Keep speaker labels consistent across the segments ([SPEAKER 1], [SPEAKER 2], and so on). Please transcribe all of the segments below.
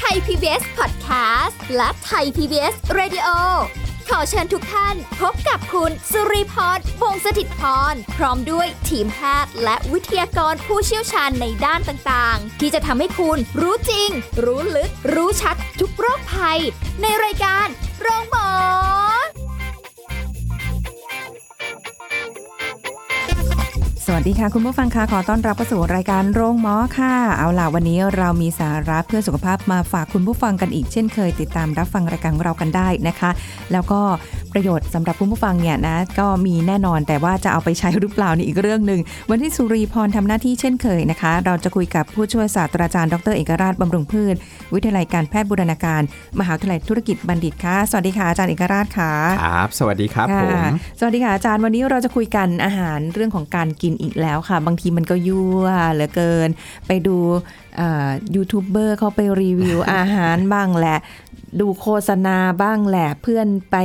[SPEAKER 1] PBS Podcast และไทย PBS Radio ขอเชิญทุกท่านพบกับคุณสุริพรวงศสถิตพร พร้อมด้วยทีมแพทย์และวิทยากรผู้เชี่ยวชาญในด้านต่างๆ ที่จะทำให้คุณรู้จริง รู้ลึก รู้ชัดทุกโรคภัย ในรายการโรงพยาบาล
[SPEAKER 2] สวัสดีค่ะ คุณผู้ฟังค่ะขอต้อนรับเข้าสู่รายการโรงหมอค่ะ เอาล่ะวันนี้เรามีสาระเพื่อสุขภาพมาฝากคุณผู้ฟังกันอีกเช่นเคยติดตามรับฟังรายการของเรากันได้นะคะ แล้วก็ประโยชน์สำหรับคุณผู้ฟังเนี่ยนะก็มีแน่นอนแต่ว่าจะเอาไปใช้หรือเปล่านี่อีกเรื่องหนึ่งวันที่สุรีพรทำหน้าที่เช่นเคยนะคะ เราจะคุยกับผู้ช่วยศาสตราจารย์ดรเอกราชบำรุงพืช วิทยาลัยการแพทย์บูรณาการ มหาวิทยาลัยธุรกิจบัณฑิตค่ะสวัสดีค่ะอาจารย์เอกราชค่ะ
[SPEAKER 3] ครับ สวัสดีครับผ
[SPEAKER 2] ค่ะ
[SPEAKER 3] ม
[SPEAKER 2] สวัสดีค่ะอาจารย์วันนี้เราจะคุยกันอาหารเรื่องของการกินอีกแล้วค่ะ บางทีมันก็ยั่วเหลือเกิน ไปดูเอ่อยูทูบเบอร์เขาไปรีวิว อาหารบ้างแหละ ดูโฆษณาบ้างแหละ เพื่อนไป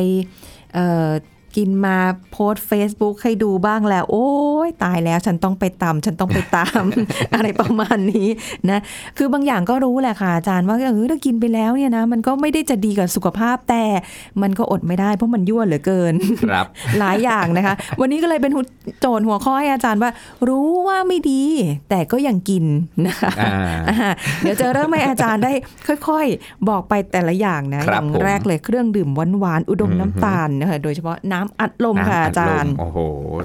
[SPEAKER 2] เอ่อกินมาโพสต์ Facebook ให้ดูบ้างแหละโอ้ยตายแล้วฉันต้องไปตามฉันต้องไปตาม อะไรประมาณนี้นะคือบางอย่างก็รู้แหละค่ะอาจารย์ว่าเออถ้ากินไปแล้วเนี่ยนะมันก็ไม่ได้จะดีกับสุขภาพแต่มันก็อดไม่ได้เพราะมันยั่วเหลือเกิน
[SPEAKER 3] ครับ
[SPEAKER 2] หลายอย่างนะคะ วันนี้ก็เลยเป็นหุโจทย์หัวข้อให้อาจารย์ว่า รู้ว่าไม่ดี แต่ก็ยังกิน นะคะ
[SPEAKER 3] อ่า
[SPEAKER 2] อ่าเดี๋ยวจะเริ่มให้อาจารย์ได้ค่อยๆ บอกไปแต่ละอย่างนะ
[SPEAKER 3] ค
[SPEAKER 2] อ
[SPEAKER 3] รับ
[SPEAKER 2] ย่างแรกเลยเครื่องดื่มหวานๆอุดม
[SPEAKER 3] อืม
[SPEAKER 2] น้ำตาลนะคะโดยเฉพาะน้ำอัดลมค่ะ
[SPEAKER 3] น้ำ
[SPEAKER 2] อาจารย์
[SPEAKER 3] ดลมโอ้โห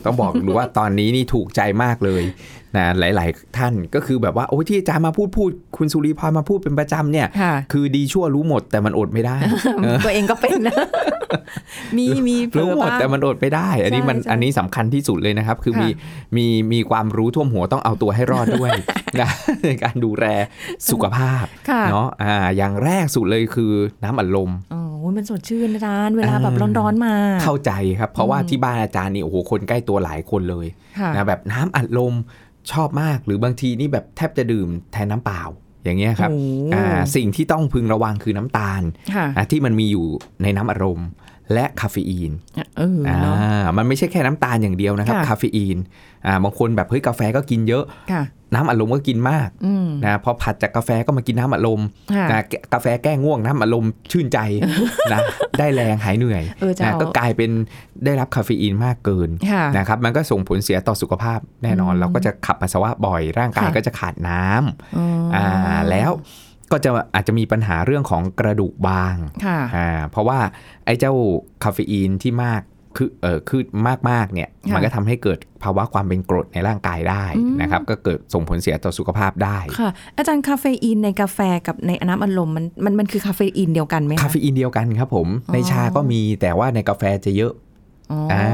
[SPEAKER 3] ต้องบอกดูว่าตอนนี้นี่ถูกใจมากเลยนะหลาย ๆ ท่านก็คือแบบว่าโอ้ยที่อาจารย์มาพูดพูด คุณสุริพรมาพูดเป็นประจำเนี่ย
[SPEAKER 2] ค่ะ
[SPEAKER 3] คือดีชั่วรู้หมดแต่มันอดไม่ ได้เออ
[SPEAKER 2] ตัวเองก็เป็นนะ มีมีเผล
[SPEAKER 3] รู้
[SPEAKER 2] อ
[SPEAKER 3] หมด
[SPEAKER 2] บ้าง
[SPEAKER 3] แต่มันอดไม่ได้ อันนี้มัน
[SPEAKER 2] ใช่ใช่
[SPEAKER 3] อันนี้สำคัญที่สุดเลยนะครับ คือ
[SPEAKER 2] ค่ะ
[SPEAKER 3] มีมีมีความรู้ท่วมหัวต้องเอาตัวให้รอดด้วย นะในการดูแลสุขภาพ
[SPEAKER 2] ค่ะ
[SPEAKER 3] เนาะอ่าอย่างแรกสุดเลยคือน้ำอัดลม
[SPEAKER 2] โอ้โหมันสดชื่นอาจารย์เวลาแบบ
[SPEAKER 3] เออ
[SPEAKER 2] ร้อนๆมา
[SPEAKER 3] เข้าใจครับ เพราะว่าที่บ้านอาจารย์นี่โอ้โหคนใกล้ตัวหลายคนเลย
[SPEAKER 2] ค่ะ
[SPEAKER 3] นะแบบน้ำอัดลมชอบมาก หรือบางทีนี่แบบแทบจะดื่มแทนน้ำเปล่าอย่างเงี้ยครับ
[SPEAKER 2] โอ้โห
[SPEAKER 3] อ่าสิ่งที่ต้องพึงระวังคือน้ำตาล
[SPEAKER 2] ค่ะ
[SPEAKER 3] นะที่มันมีอยู่ในน้ำอัดลมและคาเฟอีน
[SPEAKER 2] เออเนาะ
[SPEAKER 3] อ่ามันไม่ใช่แค่น้ำตาลอย่างเดียวนะครับ
[SPEAKER 2] ค่ะ
[SPEAKER 3] คาเฟอีนอ่าบางคนแบบเฮ้ยกาแฟก็กินเยอะ
[SPEAKER 2] ค่ะ
[SPEAKER 3] น้ำอัดลมก็กินมาก
[SPEAKER 2] อืม
[SPEAKER 3] นะพอผัดจากกาแฟก็มากินน้ำอัดลม
[SPEAKER 2] ค่ะ
[SPEAKER 3] นะแกกาแฟแก้ง่วงน้ำอัดลมชื่น ใจนะได้แรงหายเหนื่อย
[SPEAKER 2] เออจะ
[SPEAKER 3] นะ
[SPEAKER 2] เอา
[SPEAKER 3] ก็กลายเป็นได้รับคาเฟอีนมากเกิน
[SPEAKER 2] ค่ะ
[SPEAKER 3] นะครับมันก็ส่งผลเสียต่อสุขภาพแน่นอน
[SPEAKER 2] อืม
[SPEAKER 3] เราก็จะขับปัสสาวะบ่อยร่างกาย
[SPEAKER 2] ค่ะ
[SPEAKER 3] ก็จะขาดน้ำ
[SPEAKER 2] อ๋ออ
[SPEAKER 3] อ่าแล้วก็จะอาจจะมีปัญหาเรื่องของกระดูกบาง
[SPEAKER 2] ค่ะ
[SPEAKER 3] อ่าเพราะว่าไอ้เจ้าคาเฟอีนที่มากคือเออคือมากมากๆเนี่ย
[SPEAKER 2] ค่ะ
[SPEAKER 3] มันก็ทำให้เกิดภาวะความเป็นกรดในร่างกายได้
[SPEAKER 2] อืม
[SPEAKER 3] นะครับก็เกิดส่งผลเสียต่อสุขภาพได้
[SPEAKER 2] ค่ะ อาจารย์คาเฟอีนในกาแฟกับในน้ำอัดลมมันมันมันคือคาเฟอีนเดียวกันไหมะ
[SPEAKER 3] คาเฟอีนเดียวกันครับผม
[SPEAKER 2] อ๋อ
[SPEAKER 3] ในชาก็มีแต่ว่าในกาแฟจะเยอะ
[SPEAKER 2] อ๋อ
[SPEAKER 3] อ่า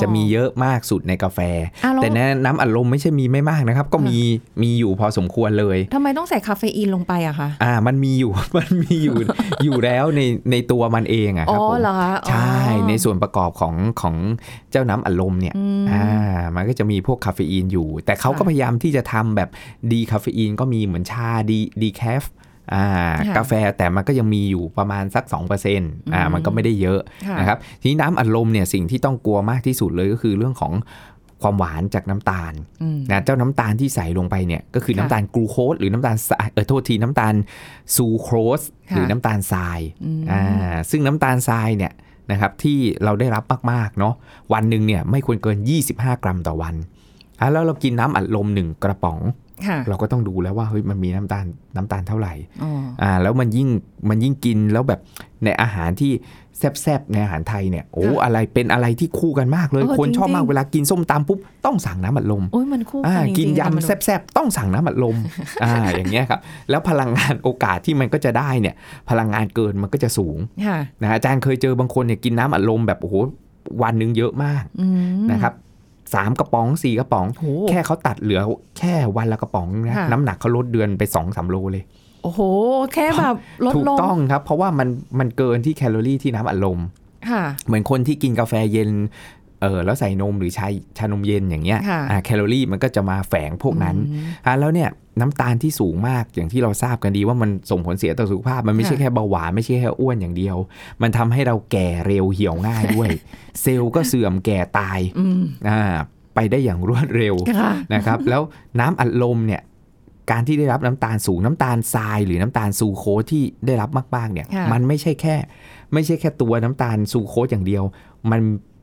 [SPEAKER 3] จะมีเยอะมากสุดในกาแฟ
[SPEAKER 2] อ้าวล้ว
[SPEAKER 3] แต่แนะน้ำอัดลมไม่ใช่มีไม่มากนะครับ ก็มีมีอยู่พอสมควรเลย
[SPEAKER 2] ทำไมต้องใส่คาเฟอีนลงไปอะคะ
[SPEAKER 3] อ่ามันมีอยู่ มันมีอยู่ อยู่แล้วในในตัวมันเองอะ
[SPEAKER 2] อ๋
[SPEAKER 3] ค
[SPEAKER 2] อ
[SPEAKER 3] รับผม
[SPEAKER 2] เหรอคะอ๋อ
[SPEAKER 3] ใช่ในส่วนประกอบของของเจ้าน้ำอัดลมเนี่ย
[SPEAKER 2] อืม
[SPEAKER 3] อ่ามันก็จะมีพวกคาเฟอีนอยู่ แต่เขาก็
[SPEAKER 2] ค่ะ
[SPEAKER 3] พยายามที่จะทำแบบดีคาเฟอีนก็มีเหมือนชาดีดีแคฟอ่า
[SPEAKER 2] ค่ะ
[SPEAKER 3] กาแฟแต่มันก็ยังมีอยู่ประมาณสัก2%อ่ามันก็ไม่ได้เยอะ
[SPEAKER 2] ค่ะ
[SPEAKER 3] นะครับทีนี้น้ำอัดลมเนี่ยสิ่งที่ต้องกลัวมากที่สุดเลยก็คือเรื่องของความหวานจากน้ำตาล
[SPEAKER 2] อืม
[SPEAKER 3] นะเจ้าน้ำตาลที่ใส่ลงไปเนี่ยก็คือ
[SPEAKER 2] ค่ะ
[SPEAKER 3] น้ำตาลกลูโคสหรือน้ำตาลสะเออโทษทีน้ำตาลซูโครส
[SPEAKER 2] ค่ะ
[SPEAKER 3] หรือน้ำตาลทราย
[SPEAKER 2] อืม
[SPEAKER 3] อ่าซึ่งน้ำตาลทรายเนี่ยนะครับที่เราได้รับมากๆเนาะวันหนึ่งเนี่ยไม่ควรเกิน 25 กรัมต่อวันอ่ะแล้วเรากินน้ำอัดลมหนึ่งกระป๋อง
[SPEAKER 2] ค่ะ
[SPEAKER 3] เราก็ต้องดูแล้วว่าเฮ้ยมันมีน้ำตาลน้ำตาลเท่าไหร่
[SPEAKER 2] อ๋อ
[SPEAKER 3] อ่าแล้วมันยิ่งมันยิ่งกินแล้วแบบในอาหารที่แซบๆในอาหารไทยเนี่ยโอ้อะไรเป็นอะไรที่คู่กันมากเลย คนชอบมากเวลากินส้มตำปุ๊บต้องสั่งน้ำอัดลม
[SPEAKER 2] โอ้ยมันคู่
[SPEAKER 3] อ่า
[SPEAKER 2] กันจริงๆ
[SPEAKER 3] กิน
[SPEAKER 2] อาจาร
[SPEAKER 3] ยำ
[SPEAKER 2] ม
[SPEAKER 3] แซบๆต้องสั่งน้ำอัด ลมอ่าอย่างเงี้ยครับแล้วพลังงานโอกาสที่มันก็จะได้เนี่ยพลังงานเกินมันก็จะสูง
[SPEAKER 2] ค่ะ
[SPEAKER 3] นะอาจารย์เคยเจอบางคนเนี่ยกินน้ำอัดลมแบบโอ้โหวันหนึงเยอะมาก
[SPEAKER 2] อืม
[SPEAKER 3] นะครับสามกระป๋องสี่กระป๋อง
[SPEAKER 2] โห
[SPEAKER 3] แค่เขาตัดเหลือแค่วันละกระป๋องนะ
[SPEAKER 2] ค่ะ
[SPEAKER 3] น้ำหนักเขาลดเดือนไปสองสามโลเลย
[SPEAKER 2] โอ้โห แค่แบบลด
[SPEAKER 3] ถูก
[SPEAKER 2] ลง
[SPEAKER 3] ต้องครับ เพราะว่ามันมันเกินที่แคลอรี่ที่น้ำอัดลม
[SPEAKER 2] ค่ะ
[SPEAKER 3] เหมือนคนที่กินกาแฟเย็นเออแล้วใส่นมหรือชาชานมเย็นอย่างเงี้ย
[SPEAKER 2] ค่ะ
[SPEAKER 3] อ่าแคลอรี่มันก็จะมาแฝงพวกนั้น
[SPEAKER 2] อืม
[SPEAKER 3] อ่าแล้วเนี่ยน้ำตาลที่สูงมากอย่างที่เราทราบกันดีว่ามันส่งผลเสียต่อสุขภาพ มันไม่ใช่
[SPEAKER 2] ค่ะ
[SPEAKER 3] แค่เบาหวานไม่ใช่แค่อ้วนอย่างเดียว มันทำให้เราแก่เร็วเหี่ยวง่าย ด้วย เซลล์ก็เสื่อมแก่ตาย
[SPEAKER 2] อืม
[SPEAKER 3] อ่าไปได้อย่างรวดเร็ว
[SPEAKER 2] ค่ะ
[SPEAKER 3] นะครับแล้วน้ำอัดลมเนี่ย การที่ได้รับน้ำตาลสูงน้ำตาลทราย หรือน้ำตาลซูโคสที่ได้รับมากๆเนี่ย
[SPEAKER 2] ค่ะ
[SPEAKER 3] มันไม่ใช่แค่ ไม่ใช่แค่ตัวน้ำตาลซูโคสอย่างเดียว มัน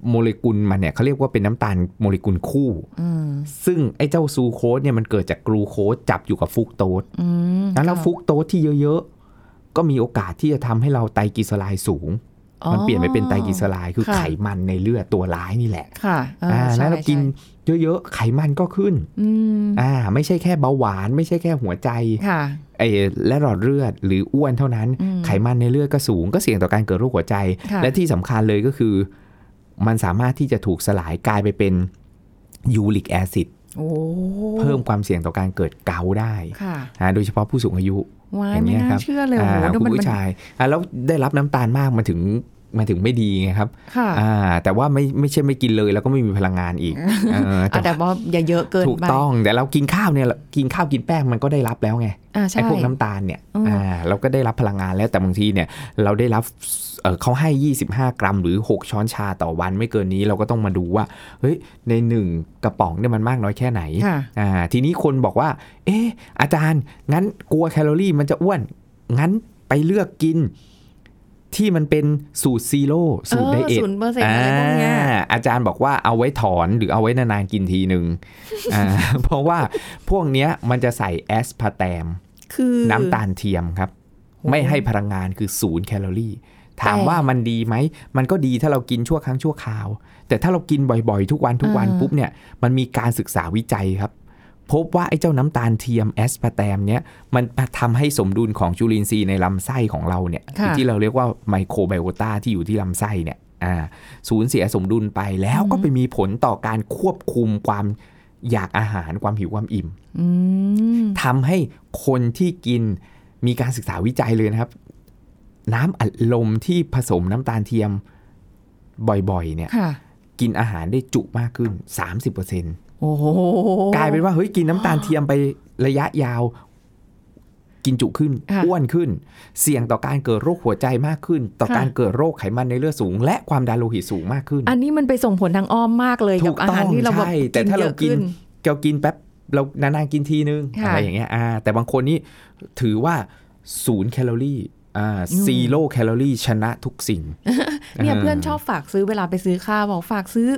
[SPEAKER 3] โมเลกุลมันเนี่ยเขาเรียกว่าเป็นน้ำตาลโมเลกุลคู่
[SPEAKER 2] อืม
[SPEAKER 3] ซึ่งไอ้เจ้าซูโคสเนี่ยมันเกิดจากกลูโคสจับอยู่กับฟรุกโตส
[SPEAKER 2] อืม
[SPEAKER 3] งั้นแล้วฟรุกโตสที่เยอะๆ ก็มีโอกาสที่จะทำให้เราไตรกลีเซอไรด์สูง
[SPEAKER 2] อ๋อ
[SPEAKER 3] มันเปลี่ยนไปเป็นไตรกลีเซอไรด์คือ
[SPEAKER 2] ค่ะ
[SPEAKER 3] ไขมันในเลือดตัวร้ายนี่แหละ
[SPEAKER 2] ค่ะเออใช่
[SPEAKER 3] แล้วเรากินเยอะๆ ไขมันก็ขึ้น
[SPEAKER 2] อืม
[SPEAKER 3] อ่า ไม่ใช่แค่เบาหวาน ไม่ใช่แค่หัวใจ
[SPEAKER 2] ค่ะ
[SPEAKER 3] ไอ้และหลอดเลือดหรืออ้วนเท่านั้น
[SPEAKER 2] อืม
[SPEAKER 3] ไขมันในเลือดก็สูง ก็เสี่ยงต่อการเกิดโรคหัวใจ
[SPEAKER 2] ค่ะ
[SPEAKER 3] และที่สำคัญเลยก็คือ มันสามารถที่จะถูกสลายกลายไปเป็นยูริกแอซิด
[SPEAKER 2] โอ้
[SPEAKER 3] เพิ่มความเสี่ยงต่อการเกิดเกาต์ได้
[SPEAKER 2] ค่ะ
[SPEAKER 3] อ่าโดยเฉพาะผู้สูงอายุ
[SPEAKER 2] วาย
[SPEAKER 3] อย่างเงี้
[SPEAKER 2] ไม่
[SPEAKER 3] ยครั
[SPEAKER 2] น่า
[SPEAKER 3] บ
[SPEAKER 2] เชื่อเลยโอ้
[SPEAKER 3] อ่า
[SPEAKER 2] โหดู
[SPEAKER 3] คุณ
[SPEAKER 2] มัน
[SPEAKER 3] ผู้ชายอ่าแล้วได้รับน้ำตาลมากมันถึงมันถึงไม่ดีไงครับ
[SPEAKER 2] ค่ะ
[SPEAKER 3] อ่าแต่ว่าไม่ไม่ใช่ไม่กินเลยแล้วก็ไม่มีพลังงานอีกเออ
[SPEAKER 2] อ่ะแต่ว่าอย่าเยอะเกินไป
[SPEAKER 3] ถูกต้องแต่เรากินข้าวเนี่ยกินข้าวกินแป้งมันก็ได้รับแล้วไง
[SPEAKER 2] อ่า
[SPEAKER 3] ไอ้
[SPEAKER 2] ใช่
[SPEAKER 3] พวกน้ำตาลเนี่ย
[SPEAKER 2] อืม
[SPEAKER 3] อ่าเราก็ได้รับพลังงานแล้วแต่บางทีเนี่ยเราได้รับเอ่อเขาให้ 25 กรัมหรือ 6 ช้อนชาต่อวันไม่เกินนี้เราก็ต้องมาดูว่าเฮ้ยในหนึ่งกระป๋องเนี่ยมันมากน้อยแค่ไหน
[SPEAKER 2] ค่ะ
[SPEAKER 3] อ่าทีนี้คนบอกว่า เอ๊ะอาจารย์ งั้นกลัวแคลอรี่มันจะอ้วน งั้นไปเลือกกิน ที่มันเป็นสูตรซีโร่สูตรไดเอท
[SPEAKER 2] ศูนย์เปอร์เซ็นต์อะไรพวกเนี้ย
[SPEAKER 3] อ่าอาจารย์บอกว่าเอาไว้ถอนหรือเอาไว้นานๆกินทีหนึ่งอ่า เพราะว่าพวกเนี้ยมันจะใส่แอสพาร์แตม
[SPEAKER 2] คือ
[SPEAKER 3] น้ำตาลเทียมครับ
[SPEAKER 2] โห
[SPEAKER 3] ไม่ให้พลังงานคือศูนย์แคลอรี่ ถาม
[SPEAKER 2] แต่
[SPEAKER 3] ว่ามันดีไหม มันก็ดีถ้าเรากินชั่วครั้งชั่วคราว แต่ถ้าเรากินบ่อยๆ ทุกวันทุกวันปุ๊บเนี่ย มันมีการศึกษาวิจัยครับ พบว่าไอ้เจ้าน้ำตาลเทียมแอสพาแตมเนี่ย มันทำให้สมดุลของจุลินทรีย์ในลำไส้ของเราเนี่ย
[SPEAKER 2] ค่ะ
[SPEAKER 3] หรือที่เราเรียกว่าไมโครไบโอตาที่อยู่ที่ลำไส้เนี่ยอ่าสูญเสียสมดุลไปแล้วก็ไปมีผลต่อการควบคุมความอยากอาหารความหิวความอิ่ม
[SPEAKER 2] อืม
[SPEAKER 3] ทำให้คนที่กินมีการศึกษาวิจัยเลยนะครับ น้ำอัดลมที่ผสมน้ำตาลเทียมบ่อยๆเนี่ย
[SPEAKER 2] ค่ะ
[SPEAKER 3] กินอาหารได้จุมากขึ้น
[SPEAKER 2] โอ้โห
[SPEAKER 3] 30%กลายเป็นว่าเฮ้ยกินน้ำตาลเทียมไประยะยาว กินจุขึ้น
[SPEAKER 2] ค่ะ
[SPEAKER 3] อ้วนขึ้น เสี่ยงต่อการเกิดโรคหัวใจมากขึ้น ต่อ
[SPEAKER 2] ค่ะ
[SPEAKER 3] การเกิดโรคไขมันในเลือดสูง และความดันโลหิตสูงมากขึ้น
[SPEAKER 2] อันนี้มันไปส่งผลทางอ้อมมากเลย
[SPEAKER 3] ถู
[SPEAKER 2] กับ
[SPEAKER 3] ก
[SPEAKER 2] อา
[SPEAKER 3] ต้
[SPEAKER 2] หารที่เราแบบ
[SPEAKER 3] ใช่แต่ถ้าเรากิน
[SPEAKER 2] ยอะ
[SPEAKER 3] เรากินแป๊บเรานานๆกินทีนึง
[SPEAKER 2] ค่ะ
[SPEAKER 3] อะไรอย่างเงี้ยอ่าแต่บางคนนี่ถือว่าศูนย์แคลอรี่อ่า
[SPEAKER 2] อืม
[SPEAKER 3] ซีโร่แคลอรี่ชนะทุกสิ่ง
[SPEAKER 2] เนี่ยเพื่อนชอบฝากซื้อเวลาไปซื้อข้าวบอกฝากซื้อ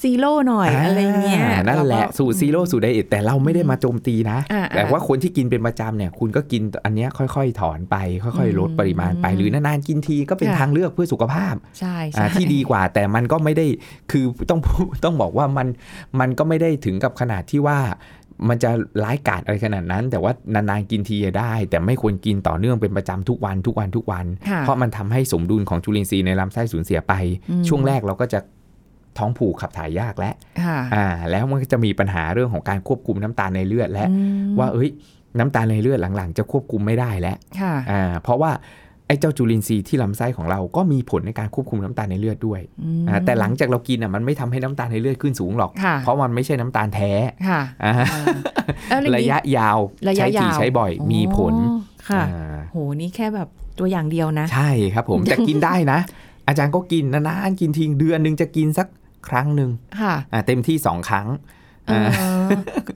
[SPEAKER 2] ซีโร่หน่อยอะไรเงี้ย
[SPEAKER 3] านั่นแหละ
[SPEAKER 2] เราก็
[SPEAKER 3] สูตรซีโร่สูตรไดเอทแต่เราไม่ได้มาโจมตีนะ
[SPEAKER 2] อ่า
[SPEAKER 3] แต่ว่าคนที่กินเป็นประจำเนี่ย คุณก็กินอันเนี้ยค่อยๆ ถอนไป ค่อยๆ ลดปริมาณไป
[SPEAKER 2] อืม
[SPEAKER 3] หรือนานๆกินทีก็เป็น
[SPEAKER 2] ค่ะ
[SPEAKER 3] ทางเลือกเพื่อสุขภาพ
[SPEAKER 2] ใช่
[SPEAKER 3] อ่า
[SPEAKER 2] ใช่
[SPEAKER 3] ที่ดีกว่าแต่มันก็ไม่ได้คือต้อง พูดต้องบอกว่ามันมันก็ไม่ได้ถึงกับขนาดที่ว่ามันจะร้ายกาจอะไรขนาดนั้น แต่ว่านานๆกินทีได้ แต่ไม่ควรกินต่อเนื่องเป็นประจำทุกวันทุกวันทุกวัน
[SPEAKER 2] ค่ะ
[SPEAKER 3] เพราะมันทำให้สมดุลของจุลินทรีย์ในลำไส้สูญเสียไป
[SPEAKER 2] อืม
[SPEAKER 3] ช่วงแรกเราก็จะท้องผูกขับถ่ายยากและ
[SPEAKER 2] ค่ะ
[SPEAKER 3] อ่าแล้วมันก็จะมีปัญหาเรื่องของการควบคุมน้ำตาลในเลือดและ
[SPEAKER 2] อืม
[SPEAKER 3] ว่าเอ้ยน้ำตาลในเลือดหลังๆ จะควบคุมไม่ได้แล้ว
[SPEAKER 2] ค่ะ
[SPEAKER 3] อ่าเพราะว่าไอ้เจ้าจุลินทรีย์ที่ลำไส้ของเราก็มีผลในการควบคุมน้ำตาลในเลือดด้วย
[SPEAKER 2] อืม
[SPEAKER 3] อ่าแต่หลังจากเรากินอ่ะมันไม่ทำให้น้ำตาลในเลือดขึ้นสูงหรอก
[SPEAKER 2] ค่ะ
[SPEAKER 3] เพราะมันไม่ใช่น้ำตาลแท้
[SPEAKER 2] ค่ะ
[SPEAKER 3] อ่า
[SPEAKER 2] อ่าแล้วองนี้
[SPEAKER 3] ระยะยาว
[SPEAKER 2] ระยะ
[SPEAKER 3] ใช้
[SPEAKER 2] ยา
[SPEAKER 3] ถี่
[SPEAKER 2] ว
[SPEAKER 3] ใช้บ่อยมีผล
[SPEAKER 2] ค่ะ
[SPEAKER 3] อ่า
[SPEAKER 2] โห นี่แค่แบบตัวอย่างเดียวนะ
[SPEAKER 3] ใช่ครับ ผม แต่กินได้นะ อาจารย์ก็กินนานๆกินทิ้งเดือนหนึงจะกินสักครั้งหนึ่ง
[SPEAKER 2] ค่ะ
[SPEAKER 3] อ่าเต็มที่สองครั้ง
[SPEAKER 2] เออ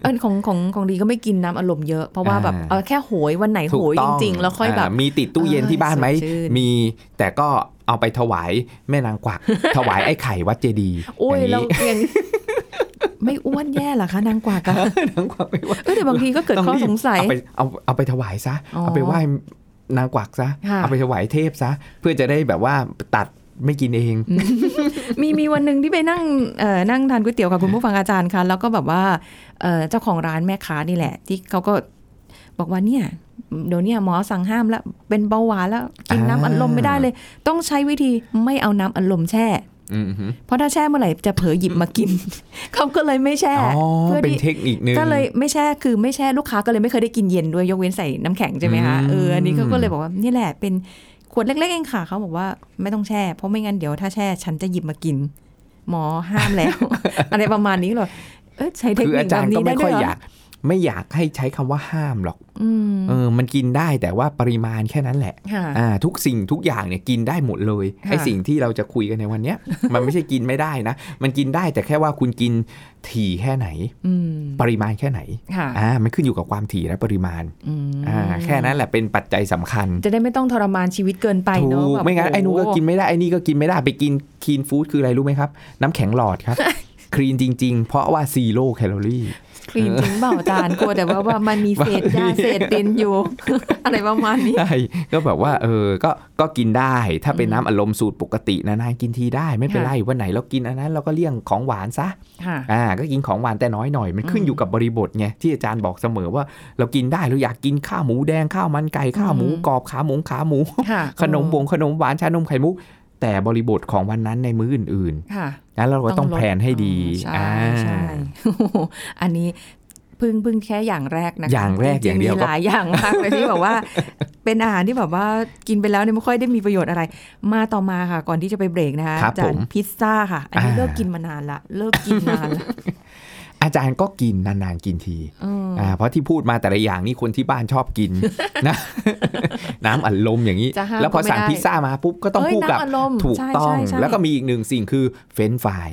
[SPEAKER 2] เออของของของดีก็ไม่กินน้ำอารมณ์เยอะ เพราะว่า
[SPEAKER 3] อ่า
[SPEAKER 2] แบบเอาแค่โหยวันไหน
[SPEAKER 3] ถู
[SPEAKER 2] โห
[SPEAKER 3] ก
[SPEAKER 2] ยจ
[SPEAKER 3] ต้อง
[SPEAKER 2] ริง ๆ แล้วค่อยแบบ
[SPEAKER 3] ามีติดตู้เย็นที่บ้านไหม
[SPEAKER 2] เออสดชื่น
[SPEAKER 3] มีแต่ก็เอาไปถวายแม่นางกวัก ถวายไอ้ไข่วัดเจดีย์
[SPEAKER 2] โอ้ย
[SPEAKER 3] างนี้
[SPEAKER 2] เราเองไม่อ้ วนแย่เหรอคะนางกวากอะ
[SPEAKER 3] นางกวักไม่ไหว
[SPEAKER 2] เออแต่บางทีก็เกิดข้อสงสัย
[SPEAKER 3] เอาไปเอาเอาไปถวายซะ
[SPEAKER 2] อ๋อ
[SPEAKER 3] เอาไปไหว้นางกวักซะ
[SPEAKER 2] ค่ะ
[SPEAKER 3] เอาไปถวายเทพซะ เพื่อจะได้แบบว่าตัดไม่กินเอง
[SPEAKER 2] มีมีวันหนึ่งที่ไปนั่งเอ่อนั่งทานก๋วยเตี๋ยวกับคุณผู้ฟังอาจารย์คะแล้วก็แบบว่าเอ่อเจ้าของร้านแม่ค้านี่แหละ ที่เขาก็บอกว่าเนี่ยเดี๋ยวเนี่ยหมอสั่งห้ามแล้วเป็นเบาหวานแล้วกิน
[SPEAKER 3] อ่า
[SPEAKER 2] น้ำอัดลมไม่ได้เลย ต้องใช้วิธีไม่เอาน้ำอัดลมแช่
[SPEAKER 3] อืมอืม
[SPEAKER 2] เพราะถ้าแช่เมื่อไหร่จะเผลอหยิบมากิน เขาก็เลยไม่แช่
[SPEAKER 3] อ๋อ
[SPEAKER 2] เพื่อ
[SPEAKER 3] เป็น
[SPEAKER 2] ที่
[SPEAKER 3] เทคนิคนึง
[SPEAKER 2] ก็เลยไม่แช่คือไม่แช่ลูกค้าก็เลยไม่เคยได้กินเย็นด้วยยกเว้นใส่น้ำแข็งใช่ไหมคะ
[SPEAKER 3] อืม
[SPEAKER 2] เอออันนี้เขาก็เลยบอกว่านี่แหละเป็นขวดเล็กๆเองค่ะเขาบอกว่าไม่ต้องแช่ เพราะไม่งั้นเดี๋ยวถ้าแช่ฉันจะหยิบมากิน หมอห้ามแล้ว อะไรประมาณนี้เหรอเออใช้เทค
[SPEAKER 3] คือ
[SPEAKER 2] นิ
[SPEAKER 3] อา
[SPEAKER 2] ค
[SPEAKER 3] จา
[SPEAKER 2] แบ
[SPEAKER 3] ร
[SPEAKER 2] บ
[SPEAKER 3] ย์ก็
[SPEAKER 2] นี้ได้ด้
[SPEAKER 3] ไม่ค่
[SPEAKER 2] ว
[SPEAKER 3] อย
[SPEAKER 2] เหร
[SPEAKER 3] ย
[SPEAKER 2] อย
[SPEAKER 3] อาก ไม่อยากให้ใช้คำว่าห้ามหรอก
[SPEAKER 2] อืม
[SPEAKER 3] เออมันกินได้แต่ว่าปริมาณแค่นั้นแหละ
[SPEAKER 2] ค่ะ
[SPEAKER 3] อ่าทุกสิ่งทุกอย่างเนี่ยกินได้หมดเลย
[SPEAKER 2] ค่ะ
[SPEAKER 3] ไอสิ่งที่เราจะคุยกันในวันเนี้ย มันไม่ใช่กินไม่ได้นะ มันกินได้แต่แค่ว่าคุณกินถี่แค่ไหน
[SPEAKER 2] อืม
[SPEAKER 3] ปริมาณแค่ไหน
[SPEAKER 2] ค่ะ
[SPEAKER 3] อ่ามันขึ้นอยู่กับความถี่และปริมาณ
[SPEAKER 2] อืม
[SPEAKER 3] อ่าแค่นั้นแหละเป็นปัจจัยสำคัญ
[SPEAKER 2] จะได้ไม่ต้องทรมานชีวิตเกินไปเนาะ
[SPEAKER 3] ถูก
[SPEAKER 2] แบบ
[SPEAKER 3] ไม่งั้น
[SPEAKER 2] โ
[SPEAKER 3] ไอ้นู้นก็กินไม่ได้ไอ้นี่ก็กินไม่ได้ไปกินคีนฟู้ดคืออะไรรู้ไหมครับ น้ำแข็งหลอดครับ คลีนจริง ๆ เพราะว่าซีโร่แคลอรี่
[SPEAKER 2] คลีนจริงเปล่าอาจารย์กลัวแต่ว่าว่ามันมีเศษยาเศษตินอยู่ อะไรประมาณนี้
[SPEAKER 3] ใช่ก็แบบว่าเออก็ก็กินได้ถ้าเป็นน้ำอารมณ์สูตรปกตินานๆกินทีได้ไม่เป็นไรวันไหนเรากินอันนั้นเราก็เลี่ยงของหวานซะ
[SPEAKER 2] ค่ะ
[SPEAKER 3] อ่าก็กินของหวานแต่น้อยหน่อยมันขึ้นอยู่กับบริบทไงที่อาจารย์บอกเสมอว่า เรากินได้เราอยากกินข้าวหมูแดงข้าวมันไก่ข้าวหมู
[SPEAKER 2] อืม
[SPEAKER 3] กรอบขาหมูขาหมู
[SPEAKER 2] ค่ะ
[SPEAKER 3] ขนมบงขนมหวานชานมไข่มุก แต่บริบทของวันนั้นในมื้ออื่น
[SPEAKER 2] ค่ะ
[SPEAKER 3] ๆแล้วเราก็ต้อง
[SPEAKER 2] ลด
[SPEAKER 3] แพลนให้ดี
[SPEAKER 2] อ่า
[SPEAKER 3] อ่า
[SPEAKER 2] ใช่ใช่ โอ้โหอันนี้เพึ่งเพึ่งแค่อย่างแรกนะคะ
[SPEAKER 3] อย่างแรก
[SPEAKER 2] จ
[SPEAKER 3] อย่างเดียว
[SPEAKER 2] มี
[SPEAKER 3] ก็
[SPEAKER 2] หลายอย่างมากเลยที่แบบว่า เป็นอาหารที่แบบว่ากินไปแล้วเนี่ยไม่ค่อยได้มีประโยชน์อะไร มาต่อมาค่ะ ก่อนที่จะไปเบรกนะคะ
[SPEAKER 3] ครับ
[SPEAKER 2] อาจาน
[SPEAKER 3] ผม
[SPEAKER 2] พิซซ่าค่ะ อันนี้
[SPEAKER 3] อ่า
[SPEAKER 2] เลิกกินมานานละเลิกกินนาน ละ
[SPEAKER 3] อาจารย์ก็กินนานๆกินที
[SPEAKER 2] เออ
[SPEAKER 3] อ่าเพราะที่พูดมาแต่ละอย่างนี่คนที่บ้านชอบกิน นะ น้ำอัดลมอย่างนี้
[SPEAKER 2] จะห้าม
[SPEAKER 3] แล้วพอสั่ง
[SPEAKER 2] ก็ไม่ได้
[SPEAKER 3] พิซซ่ามาปุ๊บก็ต้อง
[SPEAKER 2] เย
[SPEAKER 3] พูดกับ
[SPEAKER 2] น้ำอารมณ์
[SPEAKER 3] ถูก
[SPEAKER 2] ใช่
[SPEAKER 3] ต้อง
[SPEAKER 2] ใช่ใช่
[SPEAKER 3] แล้วก็มีอีกหนึ่งสิ่งคือเฟรนช์ฟราย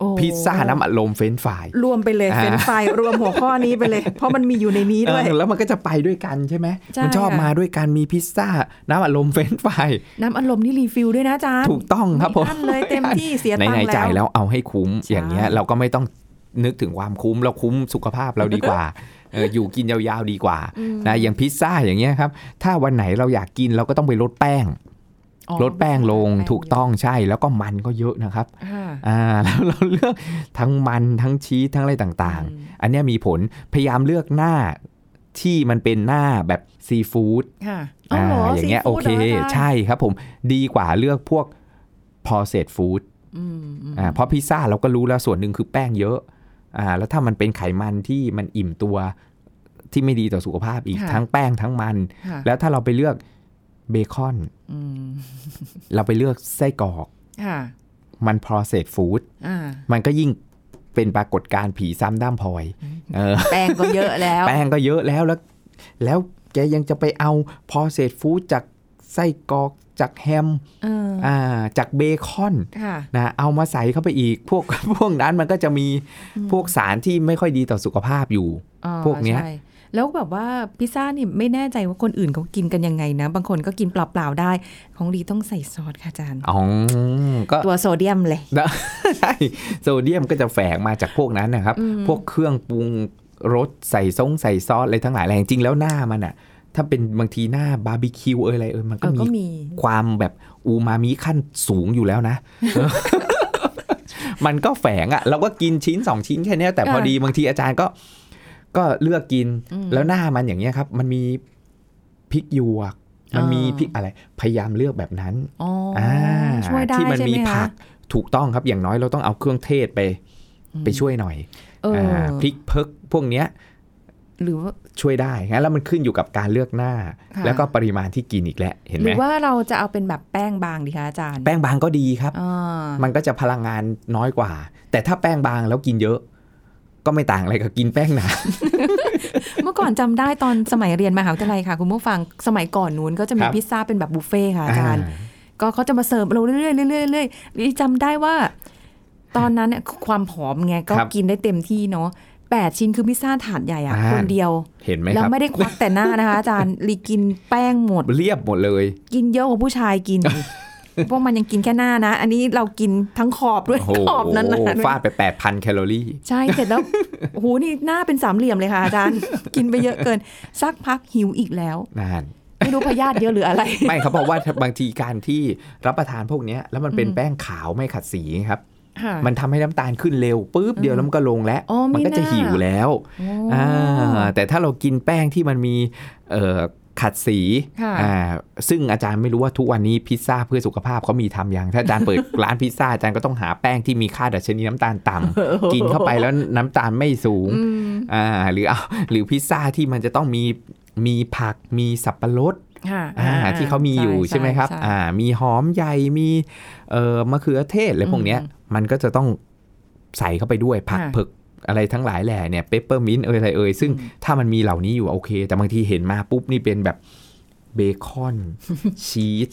[SPEAKER 2] โอ้
[SPEAKER 3] พิซซ่าน้ำอัดลมเฟรนช์ฟราย
[SPEAKER 2] รวมไปเลย
[SPEAKER 3] อ่า
[SPEAKER 2] เป็นไฟล์รวมหัวข้อนี้ไปเลย เพราะมันมีอยู่ในนี้ด้วย
[SPEAKER 3] เออแล้วมันก็จะไปด้วยกันใช่ไหม
[SPEAKER 2] ใช่
[SPEAKER 3] มันชอบ
[SPEAKER 2] ค่ะ
[SPEAKER 3] มาด้วยกันมีพิซซ่าน้ำอัดลมเฟรนช์ฟราย
[SPEAKER 2] น้ำอารมณ์นี่รีฟิลด้วยนะอาจารย์
[SPEAKER 3] ถูกต้องครับผม
[SPEAKER 2] ไอั้นเลยเต็มที่เสียตัง
[SPEAKER 3] ไหน
[SPEAKER 2] ค์
[SPEAKER 3] ๆจ่าย
[SPEAKER 2] แล้
[SPEAKER 3] แล้ว วเอาให้คุ้ม
[SPEAKER 2] ใช่
[SPEAKER 3] อย่างเงี้ย เราก็ไม่ต้องนึกถึงความคุ้มเราคุ้มสุขภาพเราดีกว่าเอออยู่กินยาวๆดีกว่านะอย่างพิซซ่าอย่างเงี้ยครับถ้าวันไหนเราอยากกินเราก็ต้องไปลดแป้ง
[SPEAKER 2] อ๋อ
[SPEAKER 3] ลดแป้งลง
[SPEAKER 2] แป้
[SPEAKER 3] ถูกต้องใช่แล้วก็มันก็เยอะนะครับ
[SPEAKER 2] ค่ะ
[SPEAKER 3] อ่า แล้วเราเลือกทั้งมันทั้งชีสทั้งอะไรต่าง
[SPEAKER 2] อืม
[SPEAKER 3] ๆ อันเนี้ยมีผลพยายามเลือกหน้าที่มันเป็นหน้าแบบซีฟู้ด
[SPEAKER 2] ค่ะ
[SPEAKER 3] อ่า
[SPEAKER 2] หร
[SPEAKER 3] อย่างเงี้ยโอ
[SPEAKER 2] ซีฟู้ด
[SPEAKER 3] เค
[SPEAKER 2] หรอาจารย์
[SPEAKER 3] ใช่ครับผมดีกว่าเลือกพวก processed food
[SPEAKER 2] อืมอืม
[SPEAKER 3] อ่าเพราะพิซซ่าเราก็รู้แล้วส่วนหนึ่งคือแป้งเยอะอ่าแล้วถ้ามันเป็นไขมันที่มันอิ่มตัวที่ไม่ดีต่อสุขภาพอีกทั้งแป้งทั้งมัน
[SPEAKER 2] ค่ะ
[SPEAKER 3] แล้วถ้าเราไปเลือกเบคอน
[SPEAKER 2] อืม
[SPEAKER 3] เราไปเลือกไส้กรอก
[SPEAKER 2] ค่ะ
[SPEAKER 3] มัน processed food
[SPEAKER 2] อ่า
[SPEAKER 3] มันก็ยิ่งเป็นปรากฏการณ์ผีซ้ำด้ามพลอยเออ
[SPEAKER 2] แป้งก็เยอะแล้ว
[SPEAKER 3] แป้งก็เยอะแล้วแล้ว แล้วแกยังจะไปเอา processed food จากไส้กรอกจากแฮม
[SPEAKER 2] เออ
[SPEAKER 3] อ่าจากเบคอน
[SPEAKER 2] ค่ะ
[SPEAKER 3] นะเอามาใส่เข้าไปอีก พวก พวกนั้นมันก็จะมีพวกสารที่ไม่ค่อยดีต่อสุขภาพอยู่
[SPEAKER 2] อ่า
[SPEAKER 3] พวกเนี้ย
[SPEAKER 2] ใช่แล้วแบบว่าพิซซ่านี่ไม่แน่ใจว่าคนอื่นเขากินกันยังไงนะ บางคนก็กินเปล่าๆได้ ของดีต้องใส่ซอสค่ะอาจารย์
[SPEAKER 3] อ๋อก็
[SPEAKER 2] ตัวโซเดียมเลย
[SPEAKER 3] นะ ใช่โซเดียมก็จะแฝงมาจากพวกนั้นนะครับ พวกเครื่องปรุงรสใส่ซงใส่ซอสอะไรทั้งหลายแหล่จริงๆแล้วหน้ามันอะถ้าเป็นบางทีหน้าบาร์บีคิวเอยอะไรเอยมัน
[SPEAKER 2] เอ
[SPEAKER 3] ก็
[SPEAKER 2] อก็
[SPEAKER 3] มี
[SPEAKER 2] มี
[SPEAKER 3] ความแบบอูมามิขั้นสูงอยู่แล้วนะ มันก็แฝงอะเราก็กินชิ้นสองชิ้นแค่เนี้ยแต่พอ
[SPEAKER 2] ค่ะ
[SPEAKER 3] ดีบางทีอาจารย์ก็ ก็เลือกกิน
[SPEAKER 2] อืม
[SPEAKER 3] แล้วหน้ามันอย่างเงี้ยครับ มันมีพริกหยวก มันมี
[SPEAKER 2] อ่า
[SPEAKER 3] พริกอะไร พยายามเลือกแบบนั้น
[SPEAKER 2] อ๋ออ
[SPEAKER 3] อ่า
[SPEAKER 2] ช่วยได้
[SPEAKER 3] ที่มั
[SPEAKER 2] ใช่
[SPEAKER 3] มี
[SPEAKER 2] ไหม
[SPEAKER 3] ผั
[SPEAKER 2] คะ
[SPEAKER 3] กถูกต้องครับอย่างน้อยเราต้องเอาเครื่องเทศไป ไปช่วยหน่อย
[SPEAKER 2] เอออ
[SPEAKER 3] พริกเพิกพวกเนี้ย
[SPEAKER 2] หรือว่า
[SPEAKER 3] ช่วยได้งั้นแล้วมันขึ้นอยู่กับการเลือกหน้า
[SPEAKER 2] ค่ะ
[SPEAKER 3] แล้วก็ปริมาณที่กินอีกแหละเห็น
[SPEAKER 2] ห
[SPEAKER 3] ไหม
[SPEAKER 2] รือว่าเราจะเอาเป็นแบบแป้งบางดีคะอาจารย์
[SPEAKER 3] แป้งบางก็ดีครับ
[SPEAKER 2] อ่า
[SPEAKER 3] มันก็จะพลังงานน้อยกว่า แต่ถ้าแป้งบางแล้วกินเยอะ ก็ไม่ต่างอะไรกับกินแป้งหนา
[SPEAKER 2] เมื่อก่อนจำได้ตอนสมัยเรียนมหาวิทยาลัยค่ะ คุณผู้ฟังสมัยก่อนนู้นก็จะมี
[SPEAKER 3] ครับ
[SPEAKER 2] พิซซ่าเป็นแบบบุฟเฟ่ต์ค่ะอาจารย์
[SPEAKER 3] อ่า
[SPEAKER 2] ก็เขาจะมาเสิร์ฟเราเรื่อยๆเรื่อยๆเรื่อยๆจำได้ว่า ตอนนั้นเนี่ยความผอมไงก็
[SPEAKER 3] ครับ
[SPEAKER 2] กินได้เต็มที่เนาะแปดชิ้นคือพิซซ่าถาดใหญ่อะ
[SPEAKER 3] อ่า
[SPEAKER 2] คนเดียว
[SPEAKER 3] เห็นไหม
[SPEAKER 2] แล้ว
[SPEAKER 3] ครับ
[SPEAKER 2] ไม่ได้ควักแต่หน้านะคะ อาจารย์ รีกินแป้งหมด
[SPEAKER 3] เรียบหมดเลย
[SPEAKER 2] กินเยอะกว่าผู้ชายกินอีกพวกมันยังกินแค่หน้านะ อันนี้เรากินทั้งขอบด้วย
[SPEAKER 3] โอ้โห
[SPEAKER 2] ขอบนั้นนะ
[SPEAKER 3] ฟาดไป 8,000 แคลอรี่
[SPEAKER 2] ใช่เสร็จแล้วโอ้โหนี่หน้าเป็นสามเหลี่ยมเลยค่ะอาจารย์ กินไปเยอะเกินสักพักหิวอีกแล้ว
[SPEAKER 3] นาน
[SPEAKER 2] ไม่รู้พยาธิเยอะหรืออะไร
[SPEAKER 3] ไม่ครับเพราะว่าบางทีการที่รับประทานพวกเนี้ยแล้วมันเป็นแป้งขาวไม่ขัดสีครับ
[SPEAKER 2] ค่ะ
[SPEAKER 3] มันทำให้น้ำตาลขึ้นเร็วปุ๊บเดียวแล้วมันก็ลงแล้ว
[SPEAKER 2] อ๋อ
[SPEAKER 3] มันก็
[SPEAKER 2] มี
[SPEAKER 3] จะ
[SPEAKER 2] หน้า
[SPEAKER 3] หิวแล้ว
[SPEAKER 2] โอ้
[SPEAKER 3] อ่าแต่ถ้าเรากินแป้งที่มันมีเอ่อขัดสี
[SPEAKER 2] ค่ะ
[SPEAKER 3] อ่าซึ่งอาจารย์ไม่รู้ว่าทุกวันนี้พิซซ่าเพื่อสุขภาพเขามีทำยัง ถ้าอาจารย์เปิด ร้านพิซซ่าอาจารย์ก็ต้องหาแป้งที่มีค่าดัชนีน้ำตาลต่ำกินเข้าไปแล้วน้ำตาลไม่สูงอ่าหรือเอาหรือพิซซ่าที่มันจะต้องมีมีผักมีสับปะรด
[SPEAKER 2] ค่ะ
[SPEAKER 3] อ่า
[SPEAKER 2] อ่า
[SPEAKER 3] ที่เขามีอยู่ใช่ไหมครับ
[SPEAKER 2] ใช่
[SPEAKER 3] อ่ามีหอมใหญ่มีเอ่อมะเขือเทศอะไรพวกเนี้ย
[SPEAKER 2] อืม
[SPEAKER 3] มันก็จะต้องใส่เข้าไปด้วยผัก
[SPEAKER 2] ค่ะ
[SPEAKER 3] เผึก อะไรทั้งหลายแหล่เนี่ยเปปเปอร์มินต์เอ่ยอะไรเอ่ยซึ่งถ้ามันมีเหล่านี้อยู่โอเค แต่บางทีเห็นมาปุ๊บนี่เป็นแบบเบคอน ชีส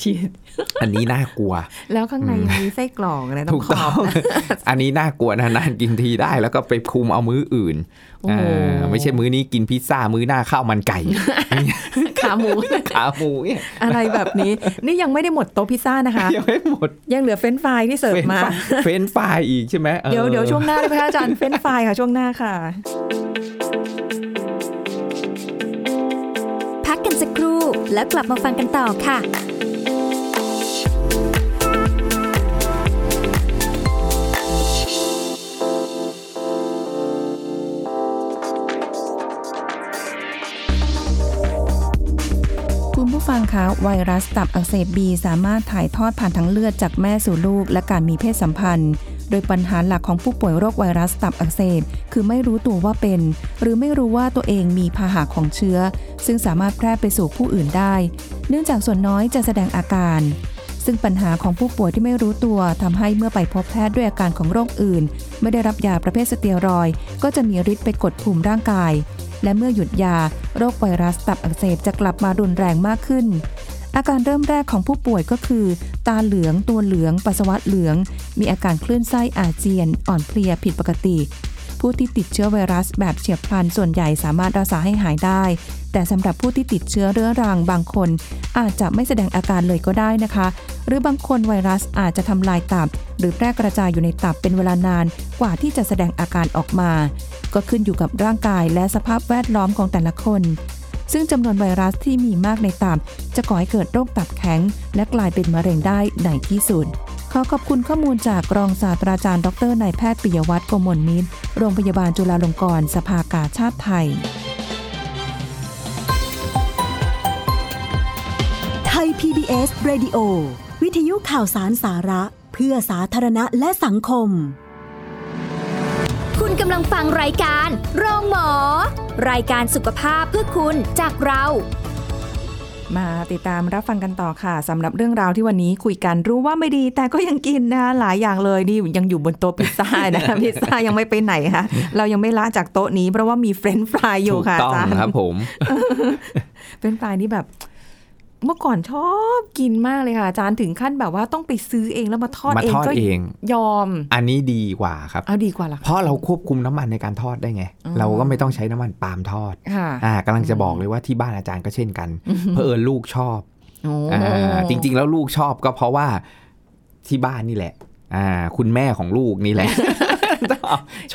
[SPEAKER 3] อันนี้น่ากลัว
[SPEAKER 2] แล้วข้างในยังมีไส้กรอกนะต้อ
[SPEAKER 3] ถู
[SPEAKER 2] ง
[SPEAKER 3] ก
[SPEAKER 2] ข
[SPEAKER 3] ต้
[SPEAKER 2] อ
[SPEAKER 3] อบ ง อันนี้น่ากลัวนานๆกินทีได้แล้วก็ไปคุมเอามื้ออื่น
[SPEAKER 2] โอ้โห
[SPEAKER 3] อ่าไม่ใช่มื้อนี้กินพิซซ่า มื้อหน้าข้าวมันไก่
[SPEAKER 2] ขาหมู
[SPEAKER 3] ขาหมูเนี่ย
[SPEAKER 2] อะไรแบบนี้ นี่ยังไม่ได้หมดโต๊ะพิซซ่านะคะ
[SPEAKER 3] ยังไม่หมด
[SPEAKER 2] ยังเหลือเฟรนช์ฟรายที่เสิร์ฟ
[SPEAKER 3] เฟ้น
[SPEAKER 2] มา
[SPEAKER 3] ไฟล์เฟ้นไฟล์อีกใช่ไหมออ
[SPEAKER 2] เดี๋ยวเดี๋ยวช่วงหน้านะคะอาจารย์เฟรนช์ฟรายค่ะช่วงหน้าค่ะ
[SPEAKER 1] พักกันสักครู่แล้วกลับมาฟังกันต่อค่ะ
[SPEAKER 4] คุณผู้ฟังคะไวรัสตับอักเสบบีสามารถถ่ายทอดผ่านทางเลือดจากแม่สู่ลูก และการมีเพศสัมพันธ์ โดยปัญหาหลักของผู้ป่วยโรคไวรัสตับอักเสบคือไม่รู้ตัวว่าเป็น หรือไม่รู้ว่าตัวเองมีพาหะของเชื้อ ซึ่งสามารถแพร่ไปสู่ผู้อื่นได้ เนื่องจากส่วนน้อยจะแสดงอาการ ซึ่งปัญหาของผู้ป่วยที่ไม่รู้ตัวทำให้เมื่อไปพบแพทย์ด้วยอาการของโรคอื่น ไม่ได้รับยาประเภทสเตียรอยด์ก็จะมีฤทธิ์ไปกดภูมิร่างกาย และเมื่อหยุดยา โรคไวรัสตับอักเสบจะกลับมารุนแรงมากขึ้น อาการเริ่มแรกของผู้ป่วยก็คือ ตาเหลือง ตัวเหลือง ปัสสาวะเหลือง มีอาการคลื่นไส้อาเจียน อ่อนเพลียผิดปกติ ผู้ที่ติดเชื้อไวรัสแบบเฉียบพลันส่วนใหญ่สามารถรักษาให้หายได้ แต่สำหรับผู้ที่ติดเชื้อเรื้อรังบางคน อาจจะไม่แสดงอาการเลยก็ได้นะคะ หรือบางคนไวรัสอาจจะทำลายตับ หรือแพร่กระจายอยู่ในตับเป็นเวลานาน กว่าที่จะแสดงอาการออกมา ก็ขึ้นอยู่กับร่างกายและสภาพแวดล้อมของแต่ละคน ซึ่งจำนวนไวรัสที่มีมากในตับ จะก่อให้เกิดโรคตับแข็ง และกลายเป็นมะเร็งได้ในที่สุด ขอขอบคุณข้อมูลจากรองศาสตราจารย์ดรนายแพทย์ปิยวัฒน์โกมลมิตร โรงพยาบาลจุฬาลงกรณ์สภากาชาติไทย
[SPEAKER 5] ไทย PBS Radio วิทยุข่าวสารสาระ เพื่อสาธารณะและสังคม
[SPEAKER 1] คุณกำลังฟังรายการ โรงหมอ รายการสุขภาพเพื่อคุณจากเรา
[SPEAKER 2] มาติดตามรับฟังกันต่อค่ะสำหรับเรื่องราวที่วันนี้คุยกันรู้ว่าไม่ดี แต่ก็ยังกินนะคะหลายอย่างเลยนี่ยังอยู่บนโต๊ะพิซซ่านะ พิซซ่ายังไม่ไปไหนค่ะ เรายังไม่ละจากโต๊ะนี้เพราะว่ามีเฟรนช์ฟรายอยู่
[SPEAKER 3] ถูก
[SPEAKER 2] ค่ะ
[SPEAKER 3] ต้อ
[SPEAKER 2] อางจารย์
[SPEAKER 3] ครับผม
[SPEAKER 2] เป็นปลายนี่แบบ เมื่อก่อนชอบกินมากเลยค่ะ อาจารย์ถึงขั้นแบบว่าต้องไปซื้อเองแล้วมาทอด
[SPEAKER 3] มา
[SPEAKER 2] เอง
[SPEAKER 3] ทอด
[SPEAKER 2] ก็
[SPEAKER 3] เอง
[SPEAKER 2] ยอม
[SPEAKER 3] อันนี้ดีกว่าครับ
[SPEAKER 2] เอาดีกว่าล่ะ
[SPEAKER 3] เพราะเราควบคุมน้ำมันในการทอดได้ไง เราก็ไม่ต้องใช้น้ำมันปาล์มทอด
[SPEAKER 2] ค่ะ
[SPEAKER 3] อ่ากำลังจะบอกเลยว่าที่บ้านอาจารย์ก็เช่นกันเพอเอิญลูกชอบ
[SPEAKER 2] โอ้
[SPEAKER 3] อ่าจริง ๆ แล้วลูกชอบก็เพราะว่าที่บ้านนี่แหละอ่าคุณแม่ของลูกนี่แหละ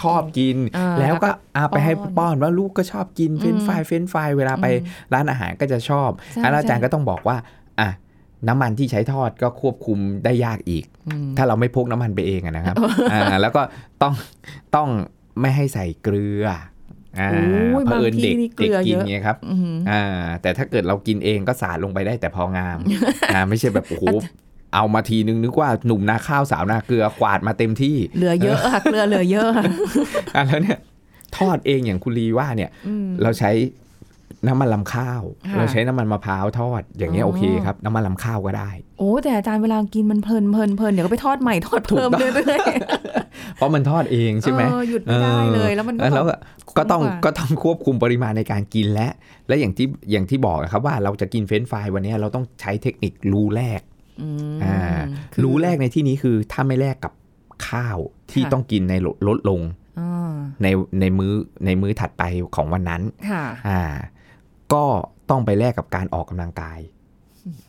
[SPEAKER 3] ชอบกิน
[SPEAKER 2] อ่า
[SPEAKER 3] แล้วก็เอาไปให้
[SPEAKER 2] ป้อน
[SPEAKER 3] ป้อนว่าลูกก็ชอบกินเฟรนช์ฟรายเฟรนช์ฟรายเวลาไปร้านอาหารก็จะชอบ
[SPEAKER 2] ใช่
[SPEAKER 3] แล้วอาจารย์
[SPEAKER 2] ใช่
[SPEAKER 3] ก็ต้องบอกว่าอ่ะน้ำมันที่ใช้ทอดก็ควบคุมได้ยากอีก
[SPEAKER 2] อืม
[SPEAKER 3] ถ้าเราไม่พกน้ำมันไปเองอะ นะครับ อ่า แล้วก็ต้องต้องไม่ให้ใส่เกลือ อ่า
[SPEAKER 2] โอ้ย
[SPEAKER 3] เผอิญ
[SPEAKER 2] บางที่
[SPEAKER 3] เด็ก
[SPEAKER 2] นี่เกลื
[SPEAKER 3] เด็ก
[SPEAKER 2] อ
[SPEAKER 3] กิ
[SPEAKER 2] เย
[SPEAKER 3] น
[SPEAKER 2] อะ
[SPEAKER 3] ไงครับ
[SPEAKER 2] อืม
[SPEAKER 3] อ่า แต่ถ้าเกิดเรากินเองก็สาดลงไปได้แต่พองาม อ่า ไม่ใช่แบบโอ้โห เอามาทีนึงนึกว่าหนุ่มนาข้าวสาวนาเกลือกวาดมาเต็มที่
[SPEAKER 2] เหลือเยอะ ค่ะเกลือเหลือเยอะค่ะ
[SPEAKER 3] อ่ะแล้วเนี่ยทอดเองอย่างคุณลีว่าเนี่ย
[SPEAKER 2] อืม
[SPEAKER 3] เราใช้น้ำมันลำข้าว
[SPEAKER 2] ค่ะ
[SPEAKER 3] เราใช้น้ำมันมะพร้าวทอด อย่างเงี้ย
[SPEAKER 2] อ๋
[SPEAKER 3] โอ
[SPEAKER 2] อ
[SPEAKER 3] เคครับ น้ำมันลำข้าวก็ได้
[SPEAKER 2] โอ้แต่อาจารย์เวลากินมันเพลินเพลินเพลินเดี๋ยวก็ไปทอดใหม่ทอดเพิ่ม
[SPEAKER 3] ถูกต้อง
[SPEAKER 2] เรื่อย
[SPEAKER 3] เพราะมันทอดเอง
[SPEAKER 2] ๆ
[SPEAKER 3] ใช่ไหม
[SPEAKER 2] เออหยุดไม่ได้เลย
[SPEAKER 3] ออ
[SPEAKER 2] แล้วมันก็
[SPEAKER 3] แล้ว
[SPEAKER 2] แบบ
[SPEAKER 3] ก็ก็ต้อง
[SPEAKER 2] กว่า
[SPEAKER 3] ก็ต้องควบคุมปริมาณในการกินและ และอย่างที่อย่างที่บอกอะครับว่าเราจะกินเฟรนช์ฟรายวันเนี้ยเราต้องใช้เทคนิครูแรก
[SPEAKER 2] อืม
[SPEAKER 3] อ่า
[SPEAKER 2] คือ
[SPEAKER 3] รูแรกในที่นี้คือถ้าไม่แลกกับข้าวที่ต้องกินในลดลดลง
[SPEAKER 2] อ่า
[SPEAKER 3] ในในมื้อในมื้อถัดไปของวันนั้น
[SPEAKER 2] ค่ะ
[SPEAKER 3] อ่าก็ต้องไปแลกกับการออกกำลังกาย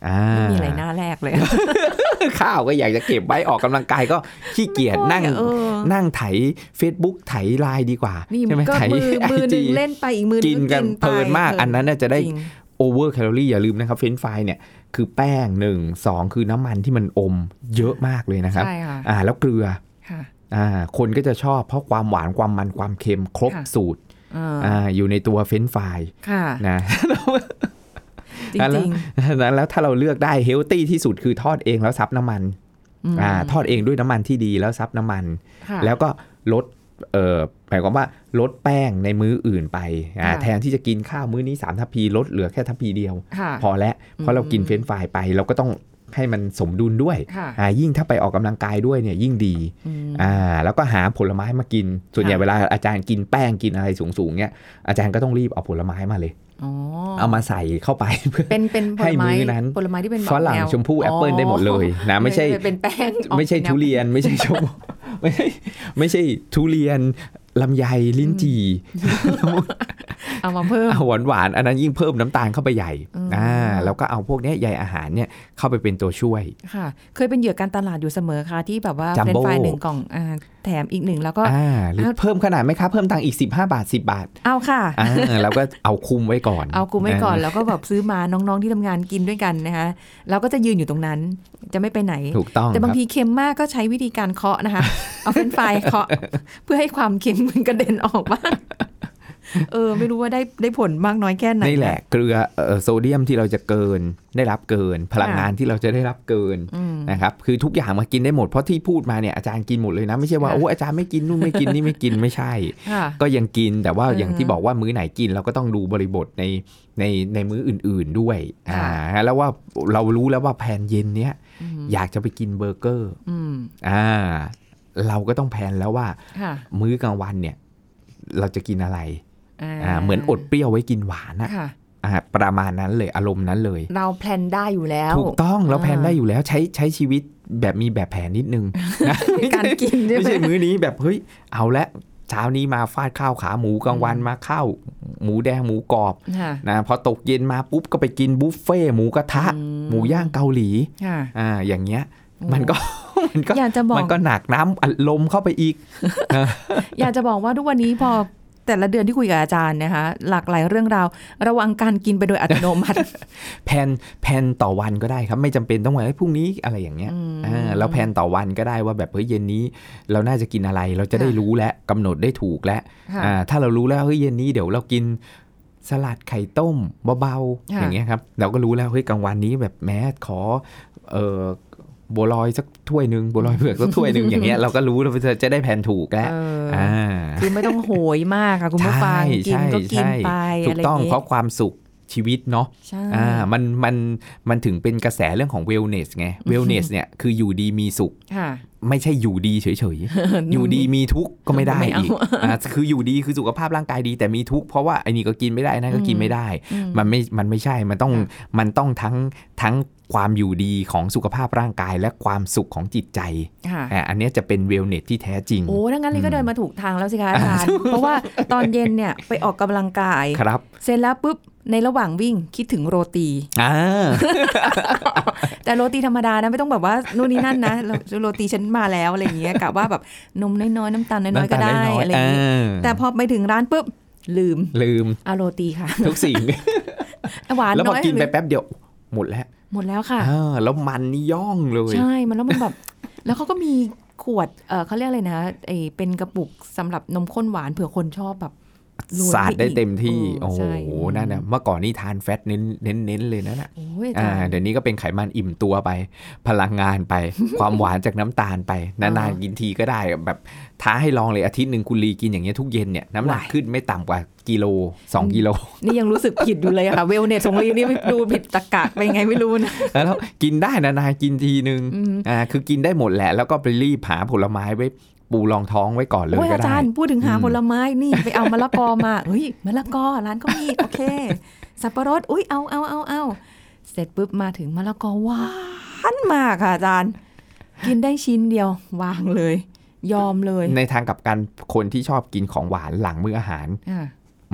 [SPEAKER 3] อ่า
[SPEAKER 2] ไม่มีอะไรหน้าแรกเลย
[SPEAKER 3] ข้าวก็อยากจะเก็บไว้ออกกำลังกายก็ขี้เกียจนั่ง
[SPEAKER 2] เออ
[SPEAKER 3] นั่งไถ Facebook ไถไลน์ดีกว่า
[SPEAKER 2] นี่
[SPEAKER 3] ใช่ไหม
[SPEAKER 2] ก็
[SPEAKER 3] ไถ
[SPEAKER 2] มือมือหนึ่ง
[SPEAKER 3] IG
[SPEAKER 2] เล่นไปอีกมือห
[SPEAKER 3] กินกัน
[SPEAKER 2] ไ
[SPEAKER 3] เพลินมาก
[SPEAKER 2] พลิ
[SPEAKER 3] อันนั้นน่ะจะได้
[SPEAKER 2] จริง
[SPEAKER 3] โอเวอร์แคลอรี่อย่าลืมนะครับเฟรนช์ฟรายเนี่ยคือแป้งหนึ่งสองคือน้ำมันที่มันอมเยอะมากเลยนะครับ
[SPEAKER 2] ใช่ค่ะ
[SPEAKER 3] อ่าแล้วเกลือ
[SPEAKER 2] ค่ะ
[SPEAKER 3] อ่าคนก็จะชอบเพราะความหวานความมันความเค็มครบ
[SPEAKER 2] ค่ะ
[SPEAKER 3] สูตร
[SPEAKER 2] อ่า
[SPEAKER 3] อ่าอยู่ในตัวเฟรนช์ฟราย
[SPEAKER 2] ค่ะ
[SPEAKER 3] นะ
[SPEAKER 2] จ
[SPEAKER 3] แล้ว
[SPEAKER 2] ริง
[SPEAKER 3] นั้นแล้วถ้าเราเลือกได้เฮลตี้ที่สุดคือทอดเองแล้วซับน้ำมัน
[SPEAKER 2] ๆม
[SPEAKER 3] อ่าทอดเองด้วยน้ำมันที่ดีแล้วซับน้ำมัน
[SPEAKER 2] ค่ะ
[SPEAKER 3] แล้วก็ลดเอ่อหมายความว่าลดแป้งในมื้ออื่นไปอ่า
[SPEAKER 2] ค่ะ
[SPEAKER 3] แทนที่จะกินข้าวมื้อนี้3ทัพพีลดเหลือแค่ทัพพีเดียว
[SPEAKER 2] ค่ะ
[SPEAKER 3] พอแล้วเพราะเรากินเฟรนช์ฟรายไป เราก็ต้อง ให้มันสมดุลด้วย
[SPEAKER 2] ค่ะ
[SPEAKER 3] อ่ายิ่งถ้าไปออกกำลังกายด้วยเนี่ยยิ่งดี
[SPEAKER 2] อืม
[SPEAKER 3] อ่าแล้วก็หาผลไม้มากิน ส่วนใหญ่
[SPEAKER 2] ค่ะ
[SPEAKER 3] เวลาอาจารย์กินแป้งกินอะไรสูงๆเนี่ยอาจารย์ก็ต้องรีบเอาผลไม้มาเลย
[SPEAKER 2] อ๋อ
[SPEAKER 3] เอามาใส่เข้าไปเพื่อ
[SPEAKER 2] เป็นเป็นผ
[SPEAKER 3] ให้
[SPEAKER 2] ลไม้
[SPEAKER 3] มื้อนั้น
[SPEAKER 2] ผลไม้ที่เป็นแบบ
[SPEAKER 3] ฝรั่ง
[SPEAKER 2] แนว
[SPEAKER 3] ชมพู่แอปเปิล
[SPEAKER 2] อ๋อ
[SPEAKER 3] ได้หมดเลยนะไม่ใช่
[SPEAKER 2] เป็นแป้งออก
[SPEAKER 3] ไม่ใช่
[SPEAKER 2] แนว
[SPEAKER 3] ทุเรียนไม่ใช่ชมพู่ ไม่ใช่ไม่ใช่ทุเรียนลำไยลิ้นจี่
[SPEAKER 2] เอามาเพิ่ม
[SPEAKER 3] หวานหวานๆอันนั้นยิ่งเพิ่มน้ำตาลเข้าไปใหญ่
[SPEAKER 2] อืม
[SPEAKER 3] อ่าแล้วก็เอาพวกเนี้ยใยอาหารเนี่ยเข้าไปเป็นตัวช่วย
[SPEAKER 2] ค่ะ เคยเป็นเหยื่อการตลาดอยู่เสมอค่ะ ที่แบบว่า
[SPEAKER 3] Jumbo
[SPEAKER 2] เป็นไฟล์หนึ่งกล่องอ่าแถมอีกหนึ่งแล้วก็
[SPEAKER 3] อ่าหรือ
[SPEAKER 2] เอา
[SPEAKER 3] เพิ่มขนาดไหมครับเพิ่มตังค์อีก 15 บาท 10 บาท
[SPEAKER 2] เอาค่ะ
[SPEAKER 3] อ่าเราก็เอาคุมไว้ก่อน
[SPEAKER 2] เอากูไม่ก่อน
[SPEAKER 3] เ
[SPEAKER 2] แล้วก็แบบซื้อมาน้องๆที่ทำงานกินด้วยกันนะคะเราก็จะยืนอยู่ตรงนั้น จะไม่ไปไหน
[SPEAKER 3] ถูกต้อง
[SPEAKER 2] แต่บาง
[SPEAKER 3] ครั
[SPEAKER 2] ทีเค็มมากก็ใช้วิธีการเคาะนะคะ เอาเฟรนช์ฟรายเคาะเพื่อให้ความเค็มมันกระเด็นออก บ้างเออ ไม่รู้ว่าได้ได้ผลมากน้อยแค่ไหน
[SPEAKER 3] นี่แหละเกลือเอ่อโซเดียมที่เราจะเกินได้รับเกิน พลังงานที่เราจะได้รับเกิน
[SPEAKER 2] อืม
[SPEAKER 3] นะครับคือทุกอย่างมากินได้หมดเพราะที่พูดมาเนี่ยอาจารย์กินหมดเลยนะไม่ใช่ว่า
[SPEAKER 2] ค่ะ
[SPEAKER 3] โอ้อาจารย์ไม่กินนู่นไม่กินนี่ไม่กินไม่ใช่
[SPEAKER 2] ค่ะ
[SPEAKER 3] ก็ยังกินแต่ว่า
[SPEAKER 2] อือฮึ
[SPEAKER 3] อย่างที่บอกว่ามื้อไหนกินเราก็ต้องดูบริบทในในในมื้ออื่นๆด้วยอ่า
[SPEAKER 2] ค่ะ
[SPEAKER 3] แล้วว่าเรารู้แล้วว่าแผนเย็นเนี้ย
[SPEAKER 2] อืม
[SPEAKER 3] อยากจะไปกินเบอร์เกอร์
[SPEAKER 2] อืม
[SPEAKER 3] อ่าเราก็ต้องแผนแล้วว่า
[SPEAKER 2] ค่ะ
[SPEAKER 3] มื้อกลางวันเนี่ยเราจะกินอะไร
[SPEAKER 2] อ่า
[SPEAKER 3] อ่าเหมือนอดเปรี้ยวไว้กินหวานอะ
[SPEAKER 2] ค่ะ
[SPEAKER 3] อ่าประมาณนั้นเลยอารมณ์นั้นเลย
[SPEAKER 2] เราแพลนได้อยู่แล้ว
[SPEAKER 3] ถูกต้องแล้ว
[SPEAKER 2] อ่า
[SPEAKER 3] แผนได้อยู่แล้วใช้ใช้ชีวิตแบบมีแบบแผนนิดนึงนะไม่
[SPEAKER 2] การ
[SPEAKER 3] ใช่
[SPEAKER 2] กินใช่
[SPEAKER 3] ไม่
[SPEAKER 2] ไหม
[SPEAKER 3] ใช่มื้อนี้แบบเฮ้ยเอาละเช้านี้มาฟาดข้าวขาหมูกลางวันมาข้าวหมูแดงหมูกรอบ
[SPEAKER 2] ค่ะ
[SPEAKER 3] นะพอตกเย็นมาปุ๊บก็ไปกินบุฟเฟ่ต์หมูกระทะ
[SPEAKER 2] อืม
[SPEAKER 3] หมูย่างเกาหลี
[SPEAKER 2] ค่ะ
[SPEAKER 3] อ่าอย่างเงี้ย
[SPEAKER 2] โอ้
[SPEAKER 3] มันก็ มันก็
[SPEAKER 2] อยากจะบอ
[SPEAKER 3] มั
[SPEAKER 2] ก
[SPEAKER 3] นก็หนักน้ำอัดลมเข้าไปอีก
[SPEAKER 2] อยากจะบอกว่าทุกวันนี้พอแต่ละเดือนที่คุยกับอาจารย์นะคะ หลากหลายเรื่องราว ระวังการกินไปโดยอัตโนมัติ
[SPEAKER 3] แผนแผนต่อวันก็ได้ครับ ไม่จำเป็นต้องว่าเฮ้ยพรุ่งนี้อะไรอย่างเงี้ยอ่าแล้วแผนต่อวันก็ได้ว่าแบบเฮ้ยเย็นนี้ เราน่าจะกินอะไรเราจะได้รู้และกำหนดได้ถูกและ
[SPEAKER 2] ค่ะ
[SPEAKER 3] อ่าถ้าเรารู้แล้วเฮ้ยเย็นนี้เดี๋ยวเรากินสลัดไข่ต้มเบาๆ
[SPEAKER 2] ค่ะ
[SPEAKER 3] อย่างเงี้ยครับเราก็รู้แล้วเฮ้ยกลางวันนี้แบบแม้ขอเออบัวลอยสักถ้วยหนึ่งบัวลอยเผือกสักถ้วยหนึ่งอย่างเงี้ยเราก็รู้เราจะจะได้แผนถูกแล้ว
[SPEAKER 2] เออ
[SPEAKER 3] อ่า
[SPEAKER 2] คือไม่ต้องโหยมากค่ะคุณผู้ฟัง
[SPEAKER 3] ใช่
[SPEAKER 2] กินก็กิน
[SPEAKER 3] ใช่
[SPEAKER 2] ไป
[SPEAKER 3] ถู
[SPEAKER 2] อะ
[SPEAKER 3] ก
[SPEAKER 2] ไร
[SPEAKER 3] ต้อง
[SPEAKER 2] ย่าง
[SPEAKER 3] เพราะความสุขชีวิตเนาะ
[SPEAKER 2] ใช่
[SPEAKER 3] อ่ามันมันมันถึงเป็นกระแสเรื่องของเวลเนสไงเวลเนสเนี่ยคืออยู่ดีมีสุข
[SPEAKER 2] ค่ะ
[SPEAKER 3] ไม่ใช่อยู่ดีเฉยๆ อยู่ดีมีทุกข์ก็ไม่ได้
[SPEAKER 2] ไม่เอา
[SPEAKER 3] อีกอ่าคืออยู่ดีคือสุขภาพร่างกายดีแต่มีทุกข์เพราะว่าไอ้นี่ก็กินไม่ได้นั่นก็กินไม่ได้
[SPEAKER 2] อืม
[SPEAKER 3] มันไม่มันไม่ใช่มันต้อง
[SPEAKER 2] ค่ะ
[SPEAKER 3] มันต้องทั้งทั้งความอยู่ดีของสุขภาพร่างกายและความสุขของจิตใจ
[SPEAKER 2] ค่ะ
[SPEAKER 3] อ่าอันเนี้ยจะเป็นเวลเนสที่แท้จริง
[SPEAKER 2] โอ้ดังนั้นเลยก็เดินมาถูกทางแล้วสิคะอาจารย์เพราะว่าตอนเย็นเนี่ยไปออกกำลังกาย
[SPEAKER 3] ครับ
[SPEAKER 2] เสร็จแล้วปุ๊บในระหว่างวิ่งคิดถึงโรตี
[SPEAKER 3] อ่า
[SPEAKER 2] แต่โรตีธรรมดานะไม่ต้องแบบว่านู่นนี่นั่นนะ โรโรตีฉันมาแล้วอะไรอย่างเงี้ยกะว่าแบบนมน้อยๆน้ำตาลน้อยๆก็ได้
[SPEAKER 3] น้ำตาลน้อยๆ
[SPEAKER 2] อะไรอย่างเงี้ย
[SPEAKER 3] เออ
[SPEAKER 2] แต่พอไปถึงร้านปุ๊บลืม
[SPEAKER 3] ลืม
[SPEAKER 2] เอาโรตีค่ะ
[SPEAKER 3] ทุกสิ่ง
[SPEAKER 2] หวาน
[SPEAKER 3] แล้วพ
[SPEAKER 2] น้
[SPEAKER 3] อ
[SPEAKER 2] อย
[SPEAKER 3] กินไปแป๊บเดียวหมดแล้ว
[SPEAKER 2] หมดแล้วค่ะ
[SPEAKER 3] อ่าแล้วมันนี่ย่องเลย
[SPEAKER 2] ใช่มันแล้วมันแบบ แล้วเขาก็มีขวดเออเขาเรียกอะไรนะไอเป็นกระปุกสำหรับนมข้นหวานเผื่อคนชอบแบบโรย
[SPEAKER 3] สาด
[SPEAKER 2] ป
[SPEAKER 3] ได้
[SPEAKER 2] อีก
[SPEAKER 3] เต็มที่
[SPEAKER 2] เอ
[SPEAKER 3] โอ้
[SPEAKER 2] อ
[SPEAKER 3] โห
[SPEAKER 2] ใช่
[SPEAKER 3] นั่นนะเมื่อก่อนนี่ทานแฟตเน้นเน้นเน้นเลยนะน่ะ
[SPEAKER 2] โอ้ยอา
[SPEAKER 3] อ่า
[SPEAKER 2] จารย์
[SPEAKER 3] เดี๋ยวนี้ก็เป็นไขมันอิ่มตัวไป พลังงานไป ความหวานจากน้ำตาลไป
[SPEAKER 2] อ๋
[SPEAKER 3] นาน
[SPEAKER 2] อ
[SPEAKER 3] ๆกินทีก็ได้แบบท้าให้ลองเลยอาทิตย์หนึ่งคุณลีกินอย่างเงี้ยทุกเย็นเนี่ยน้ำหนัก
[SPEAKER 2] ว้าย
[SPEAKER 3] ขึ้นไม่ต่ำกว่ากิโล 2 กิโล
[SPEAKER 2] นี่ยังรู้สึกผิดอยู่เลยอะค่ะเวลเนสของลีนี่ดูผิดตะกะไปไงไม่รู้นะ
[SPEAKER 3] แล้วกินได้นานๆกินทีนึง
[SPEAKER 2] อืม
[SPEAKER 3] อ่าคือกินได้หมดแหละ แล้วก็ไปรีบหาผลไม้ไว้ปูรองท้องไว้ก่อนเลย
[SPEAKER 2] โอ้ย
[SPEAKER 3] ก็
[SPEAKER 2] อา
[SPEAKER 3] ได้
[SPEAKER 2] จารย์พูดถึงหา
[SPEAKER 3] อืม
[SPEAKER 2] ผลไม้นี่ไปเอามะละกอมา เฮ้ยมะละกอร้านก็มี โอเค สับปะรดอุ้ยเอาเอาเอาเอาเสร็จปุ๊บมาถึงมะละกอหวานมากค่ะอาจารย์ กินได้ชิ้นเดียว วางเลย ยอมเลย
[SPEAKER 3] ในทางกลับกันคนที่ชอบกินของหวานหลังมื้ออาหาร
[SPEAKER 2] อ่ะ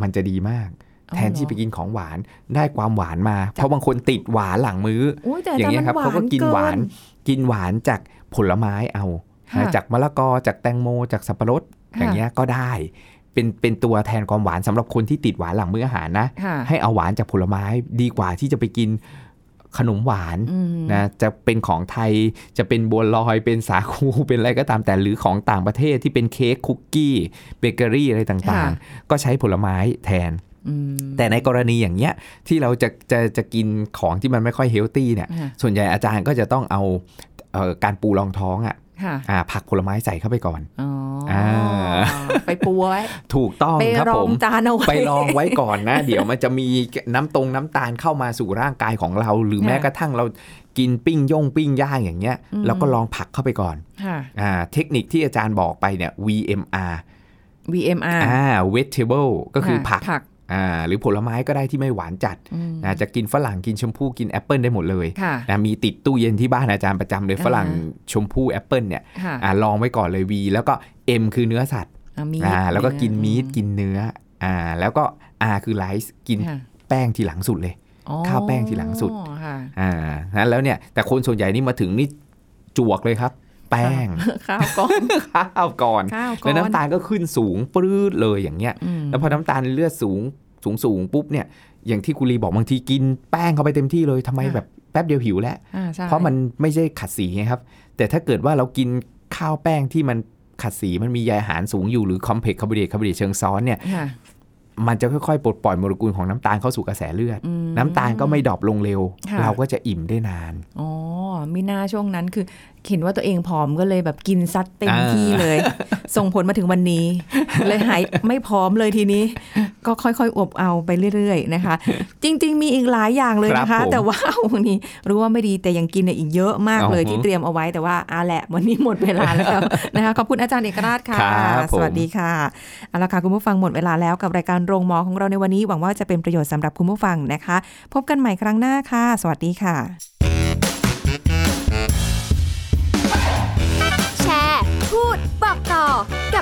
[SPEAKER 3] มันจะดีมาก
[SPEAKER 2] อ๋อ
[SPEAKER 3] แทนที่
[SPEAKER 2] เหรอ
[SPEAKER 3] ไปกินของหวานได้ความหวานมา เพราะบางคนติดหวานหลังมือ้อ
[SPEAKER 2] โอ้ยแต่อา
[SPEAKER 3] อ
[SPEAKER 2] จารย์
[SPEAKER 3] ย่างเงี้ยครับ
[SPEAKER 2] มันหวาน
[SPEAKER 3] เขาก็กินหวาน กินหวานจากผลไม้เอา
[SPEAKER 2] ค่ะ
[SPEAKER 3] นะจากมะละกอจากแตงโม จากสับปะรด
[SPEAKER 2] ค่ะ
[SPEAKER 3] อย่างเงี้ยก็ได้ เป็นเป็นตัวแทนความหวานสำหรับคนที่ติดหวานหลังมื้ออาหารนะ
[SPEAKER 2] ค่ะ
[SPEAKER 3] ให้เอาหวานจากผลไม้ดีกว่าที่จะไปกินขนมหวาน
[SPEAKER 2] อืม
[SPEAKER 3] นะจะเป็นของไทยจะเป็นบัวลอยเป็นสาคู เป็นอะไรก็ตามแต่หรือของต่างประเทศที่เป็นเค้กคุกกี้เบเกอรี่อะไรต่างๆ ก็ใช้ผลไม้แทน
[SPEAKER 2] อืม
[SPEAKER 3] แต่ในกรณีอย่างเนี้ยที่เราจะจะจะกินของที่มันไม่ค่อยเฮลตี้เนี่ย
[SPEAKER 2] อ่า
[SPEAKER 3] ส่วนใหญ่อาจารย์ก็จะต้องเอาเอ่อการปูรองท้องอะ
[SPEAKER 2] ค่ะ
[SPEAKER 3] อ่ะผักผลไม้ใส่เข้าไปก่อน
[SPEAKER 2] อ๋อ
[SPEAKER 3] อ่า
[SPEAKER 2] ไป ไปปูไว้
[SPEAKER 3] ถูกต้อง
[SPEAKER 2] ไป
[SPEAKER 3] ครับ
[SPEAKER 2] รอ
[SPEAKER 3] ผ
[SPEAKER 2] ง
[SPEAKER 3] ม
[SPEAKER 2] จานเอาไว้
[SPEAKER 3] ไปลองไว้ก่อน นะ เดี๋ยวมันจะมีน้ำตรงน้ำตาลเข้ามาสู่ร่างกายของเรา หรือ
[SPEAKER 2] ค่ะ
[SPEAKER 3] แม้กระทั่งเรากินปิ้งย่งปิ้งย่างอย่างเงี้ย
[SPEAKER 2] อืม
[SPEAKER 3] เราก็ลองผักเข้าไปก่อน
[SPEAKER 2] ค่ะ
[SPEAKER 3] อ่าเทคนิคที่อาจารย์บอกไปเนี่ย VMR
[SPEAKER 2] VMR
[SPEAKER 3] อ่า vegetable ก็คือผัก
[SPEAKER 2] ผัก
[SPEAKER 3] อ่าหรือผลไม้ก็ได้ที่ไม่หวานจัด
[SPEAKER 2] อืม
[SPEAKER 3] นะจะกินฝรั่งกินชมพู่กินแอปเปิลได้หมดเลย
[SPEAKER 2] ค่ะ
[SPEAKER 3] นะมีติดตู้เย็นที่บ้านอาจารย์ประจำเลยฝรั่ง
[SPEAKER 2] อ่
[SPEAKER 3] ชมพู่แอปเปิลเนี่ย
[SPEAKER 2] ค่ะ
[SPEAKER 3] อ่าลองไว้ก่อนเลย V แล้วก็ M คือเนื้อสัตว์
[SPEAKER 2] เอามีด
[SPEAKER 3] อ่าแล้วก็กิน
[SPEAKER 2] เอ
[SPEAKER 3] มีทกินเนื้ออ่าแล้วก็ R คือไลซ์กิน
[SPEAKER 2] ค่ะ
[SPEAKER 3] แป้งทีหลังสุดเลย
[SPEAKER 2] อ๋อ
[SPEAKER 3] ข้าวแป้งทีหลังสุด
[SPEAKER 2] ค่ะ
[SPEAKER 3] อ่านะแล้วเนี่ย แต่คนส่วนใหญ่นี่มาถึงนี่จวกเลยครับ แป้ง
[SPEAKER 2] ข้าว ก้อน
[SPEAKER 3] ข้าวก่อน
[SPEAKER 2] ข้าวก้อน
[SPEAKER 3] แล้วน้ำตาลก็ขึ้นสูงปรื้ดเลยอย่างเงี้ย
[SPEAKER 2] อืม
[SPEAKER 3] แล้วพอน้ำตาลเลือดสูงสูงสูงปุ๊บเนี่ย อย่างที่กุลีบอกบางทีกินแป้งเข้าไปเต็มที่เลยทำไมแบบแป๊บเดียวหิวแล้ว
[SPEAKER 2] อ่ใช่
[SPEAKER 3] เพราะมันไม่ใช่ขัดสีไงครับ แต่ถ้าเกิดว่าเรากินข้าวแป้งที่มันขัดสีมันมีใยอาหารสูงอยู่หรือคอมเพล็กซ์คาร์บอเดรตคาร์บอเดรตเชิงซ้อนเนี่ย
[SPEAKER 2] ค่ะ
[SPEAKER 3] มันจะค่อยๆ ปลดปล่อยโมเลกุลของน้ำตาลเข้าสู่กระแสเลือด
[SPEAKER 2] อืม
[SPEAKER 3] น้ำตาลก็ไม่ดรอปลงเร็ว
[SPEAKER 2] ค่ะ
[SPEAKER 3] เราก็จะอิ่มได้นาน
[SPEAKER 2] อ๋อมีหน้าช่วงนั้นคือเห็นว่าตัวเองผอมก็เลยแบบกินซัดเต็ม
[SPEAKER 3] อ่า
[SPEAKER 2] ที่เลย ส่งผลมาถึงวันนี้ เลยหายไม่ผอมเลยทีนี้ ก็ค่อยๆอบเอาไปเรื่อยๆนะคะ จริง ๆ มีอีกหลายอย่างเลยนะ
[SPEAKER 3] ครั
[SPEAKER 2] คะ
[SPEAKER 3] บผม
[SPEAKER 2] แต่ว่าวันนี้รู้ว่าไม่ดีแต่ยังกินเนี่ยอีกเยอะมากเลย
[SPEAKER 3] อ๋อ
[SPEAKER 2] ที่เตรียมเอาไว้แต่ว่าอาแหละ วันนี้หมดเวลาแล้วนะคะขอบคุณอาจารย์เอกราชค่ะ
[SPEAKER 3] ครับผ
[SPEAKER 2] ส
[SPEAKER 3] ม
[SPEAKER 2] วัสดีค่ะเอาละค่ะคุณผู้ฟังหมดเวลาแล้วกับรายการโรงหมอของเราในวันนี้หวังว่าจะเป็นประโยชน์สำหรับคุณผู้ฟังนะคะ พบกันใหม่ครั้งหน้าค่ะ สวัสดีค่ะ
[SPEAKER 1] แชร์ พูด บอกต่อ กั